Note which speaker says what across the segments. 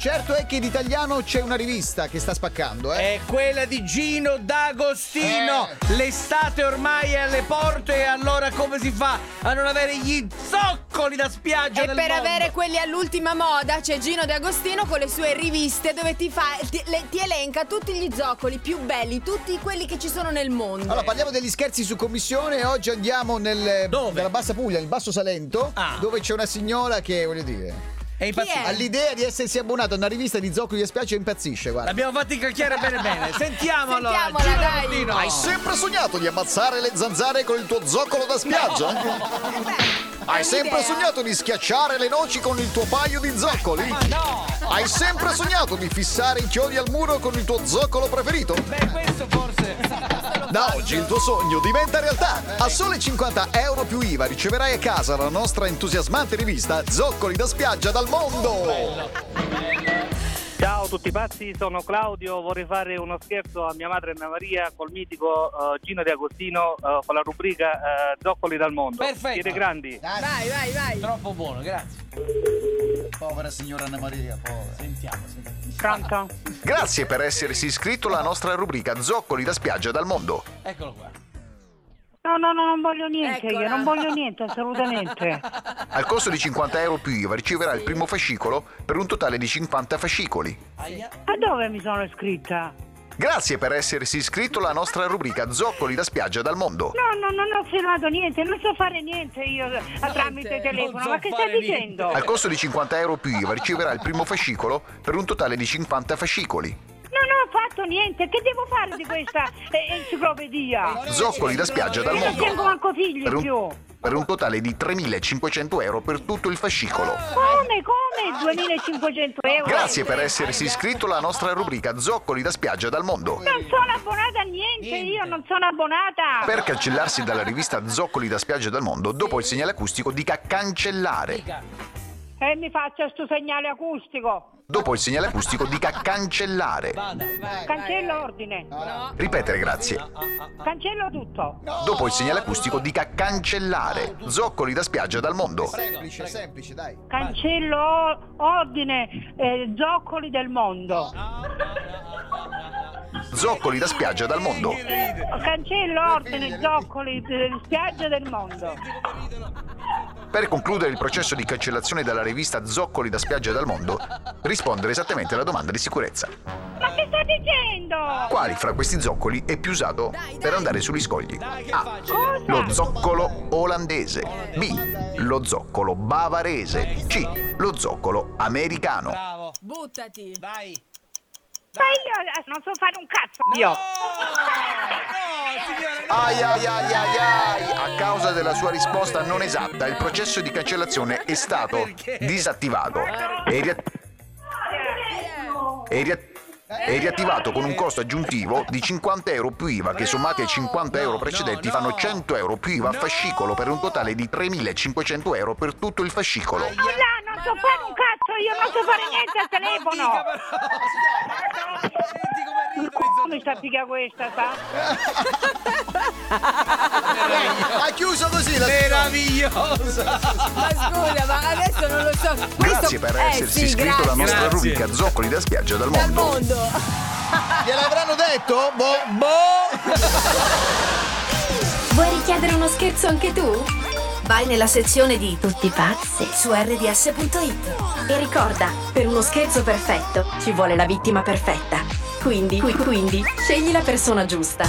Speaker 1: Certo è che in italiano c'è una rivista che sta spaccando, eh?
Speaker 2: È quella di Gino D'Agostino. L'estate ormai è alle porte, e allora come si fa a non avere gli zoccoli da spiaggia?
Speaker 3: E
Speaker 2: nel
Speaker 3: per
Speaker 2: mondo?
Speaker 3: avere quelli all'ultima moda c'è Gino De Agostino con le sue riviste dove ti, fa, ti, le- ti elenca tutti gli zoccoli più belli, tutti quelli che ci sono nel mondo.
Speaker 1: Allora parliamo degli scherzi su commissione e oggi andiamo nel,
Speaker 2: Dove?
Speaker 1: nella Bassa Puglia, nel Basso Salento,
Speaker 2: Ah.
Speaker 1: dove c'è una signora che, voglio dire,
Speaker 2: È
Speaker 3: Chi
Speaker 2: impazzito.
Speaker 3: è?
Speaker 1: all'idea di essersi abbonata a una rivista di zoccoli e spiaggia impazzisce, guarda.
Speaker 2: L'abbiamo fatti cacchiare bene bene. Sentiamo allora.
Speaker 3: Sentiamola,
Speaker 2: Gino
Speaker 3: dai.
Speaker 2: D'Agostino.
Speaker 4: Hai sempre sognato di ammazzare le zanzare con il tuo zoccolo da spiaggia? Eh?
Speaker 3: Beh, è
Speaker 4: Hai sempre
Speaker 3: un'idea.
Speaker 4: sognato di schiacciare le noci con il tuo paio di zoccoli?
Speaker 2: Ma no!
Speaker 4: Hai sempre sognato di fissare i chiodi al muro con il tuo zoccolo preferito?
Speaker 2: Beh, questo forse.
Speaker 4: Da oggi il tuo sogno diventa realtà! A sole 50 euro più IVA riceverai a casa la nostra entusiasmante rivista Zoccoli da spiaggia dal mondo!
Speaker 5: Ciao a tutti pazzi, sono Claudio, vorrei fare uno scherzo a mia madre Anna Maria col mitico eh, Gino De Agostino eh, con la rubrica eh, Zoccoli dal mondo.
Speaker 2: Perfetto.
Speaker 5: Siete grandi.
Speaker 1: Dai,
Speaker 3: Vai, vai, vai.
Speaker 2: Troppo buono, grazie.
Speaker 1: povera signora Anna Maria, povera.
Speaker 2: Sentiamo, sentiamo.
Speaker 5: Canta.
Speaker 4: Grazie per essersi iscritto alla nostra rubrica Zoccoli da spiaggia dal mondo.
Speaker 2: Eccolo qua.
Speaker 6: No, no, no, non voglio niente,
Speaker 3: Eccola.
Speaker 6: io non voglio niente, assolutamente.
Speaker 4: Al costo di 50 euro più IVA riceverai il primo fascicolo per un totale di 50 fascicoli.
Speaker 2: Aia.
Speaker 6: A dove mi sono iscritta?
Speaker 4: Grazie per essersi iscritto alla nostra rubrica Zoccoli da spiaggia dal mondo.
Speaker 6: No, no, non ho firmato niente, non so fare niente io eh, tramite telefono,
Speaker 2: so
Speaker 6: ma che stai
Speaker 2: fare
Speaker 6: dicendo?
Speaker 4: Al costo di 50 euro più IVA riceverà il primo fascicolo per un totale di 50 fascicoli.
Speaker 6: Non ho fatto niente, che devo fare di questa eh, enciclopedia?
Speaker 4: Zoccoli da spiaggia dal
Speaker 6: Io non tengo
Speaker 4: mondo.
Speaker 6: manco figli
Speaker 4: Per
Speaker 6: più.
Speaker 4: un, per un totale di 3.500 euro per tutto il fascicolo.
Speaker 6: Come, come? 2500 euro?
Speaker 4: Grazie per essersi iscritto alla nostra rubrica Zoccoli da spiaggia dal mondo.
Speaker 6: Non sono abbonata a niente, io non sono abbonata.
Speaker 4: Per cancellarsi dalla rivista Zoccoli da spiaggia dal mondo, dopo il segnale acustico dica cancellare.
Speaker 6: E Eh, mi faccia sto segnale acustico.
Speaker 4: Dopo il segnale acustico dica cancellare.
Speaker 2: Vada. vai.
Speaker 6: Cancello ordine,
Speaker 4: Ripetere grazie.
Speaker 6: cancello tutto.
Speaker 4: Dopo il segnale acustico dica cancellare. Zoccoli da spiaggia dal mondo.
Speaker 1: Semplice, semplice, dai.
Speaker 6: Cancello o- ordine eh, zoccoli del mondo.
Speaker 4: Zoccoli da spiaggia dal mondo.
Speaker 6: Cancello ordine zoccoli eh, spiaggia del mondo.
Speaker 4: Per concludere il processo di cancellazione dalla rivista Zoccoli da spiaggia dal mondo, rispondere esattamente alla domanda di sicurezza.
Speaker 6: Ma che stai dicendo?
Speaker 4: Quali fra questi zoccoli è più usato per andare sugli scogli?
Speaker 2: Dai, che
Speaker 4: A.
Speaker 2: facile.
Speaker 4: Lo zoccolo olandese. B. Lo zoccolo bavarese. C. Lo zoccolo americano.
Speaker 2: Bravo.
Speaker 3: Buttati.
Speaker 2: Vai.
Speaker 6: Ma io eh, non so fare un cazzo.
Speaker 2: No, no, signora, no.
Speaker 4: Ai ai ai ai ai! A causa della sua risposta non esatta, il processo di cancellazione è stato
Speaker 2: Perché?
Speaker 4: disattivato e, ria- e ria-
Speaker 1: Eh.
Speaker 4: e riattivato con un costo aggiuntivo di 50 euro più IVA che sommati ai 50 euro precedenti
Speaker 2: no,
Speaker 4: fanno
Speaker 2: no.
Speaker 4: 100 euro più IVA a
Speaker 2: No.
Speaker 4: fascicolo per un totale di 3.500 euro per tutto il fascicolo.
Speaker 6: No, Eh, là, non so fare un cazzo, io non so fare niente al
Speaker 2: Dica
Speaker 6: telefono.
Speaker 2: però. Senti come ridono i
Speaker 6: Come sta figa questa, sa?
Speaker 1: Ha chiuso così la
Speaker 2: Meravigliosa!
Speaker 3: Ma scusa, ma adesso non lo so. Questo...
Speaker 4: Grazie per
Speaker 3: Eh,
Speaker 4: essersi
Speaker 3: sì,
Speaker 4: iscritto alla
Speaker 3: grazie.
Speaker 4: nostra
Speaker 2: Grazie.
Speaker 4: rubrica Zoccoli da spiaggia dal
Speaker 3: Dal
Speaker 4: mondo.
Speaker 3: mondo.
Speaker 1: Gliel'avranno detto? Boh.
Speaker 2: Boh!
Speaker 7: Vuoi richiedere uno scherzo anche tu?
Speaker 8: Vai nella sezione di
Speaker 7: Tutti pazzi.
Speaker 8: su rds.it
Speaker 7: E ricorda, per uno scherzo perfetto ci vuole la vittima perfetta. Quindi, qui- quindi, scegli la persona giusta.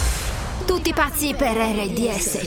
Speaker 8: Tutti pazzi per RDS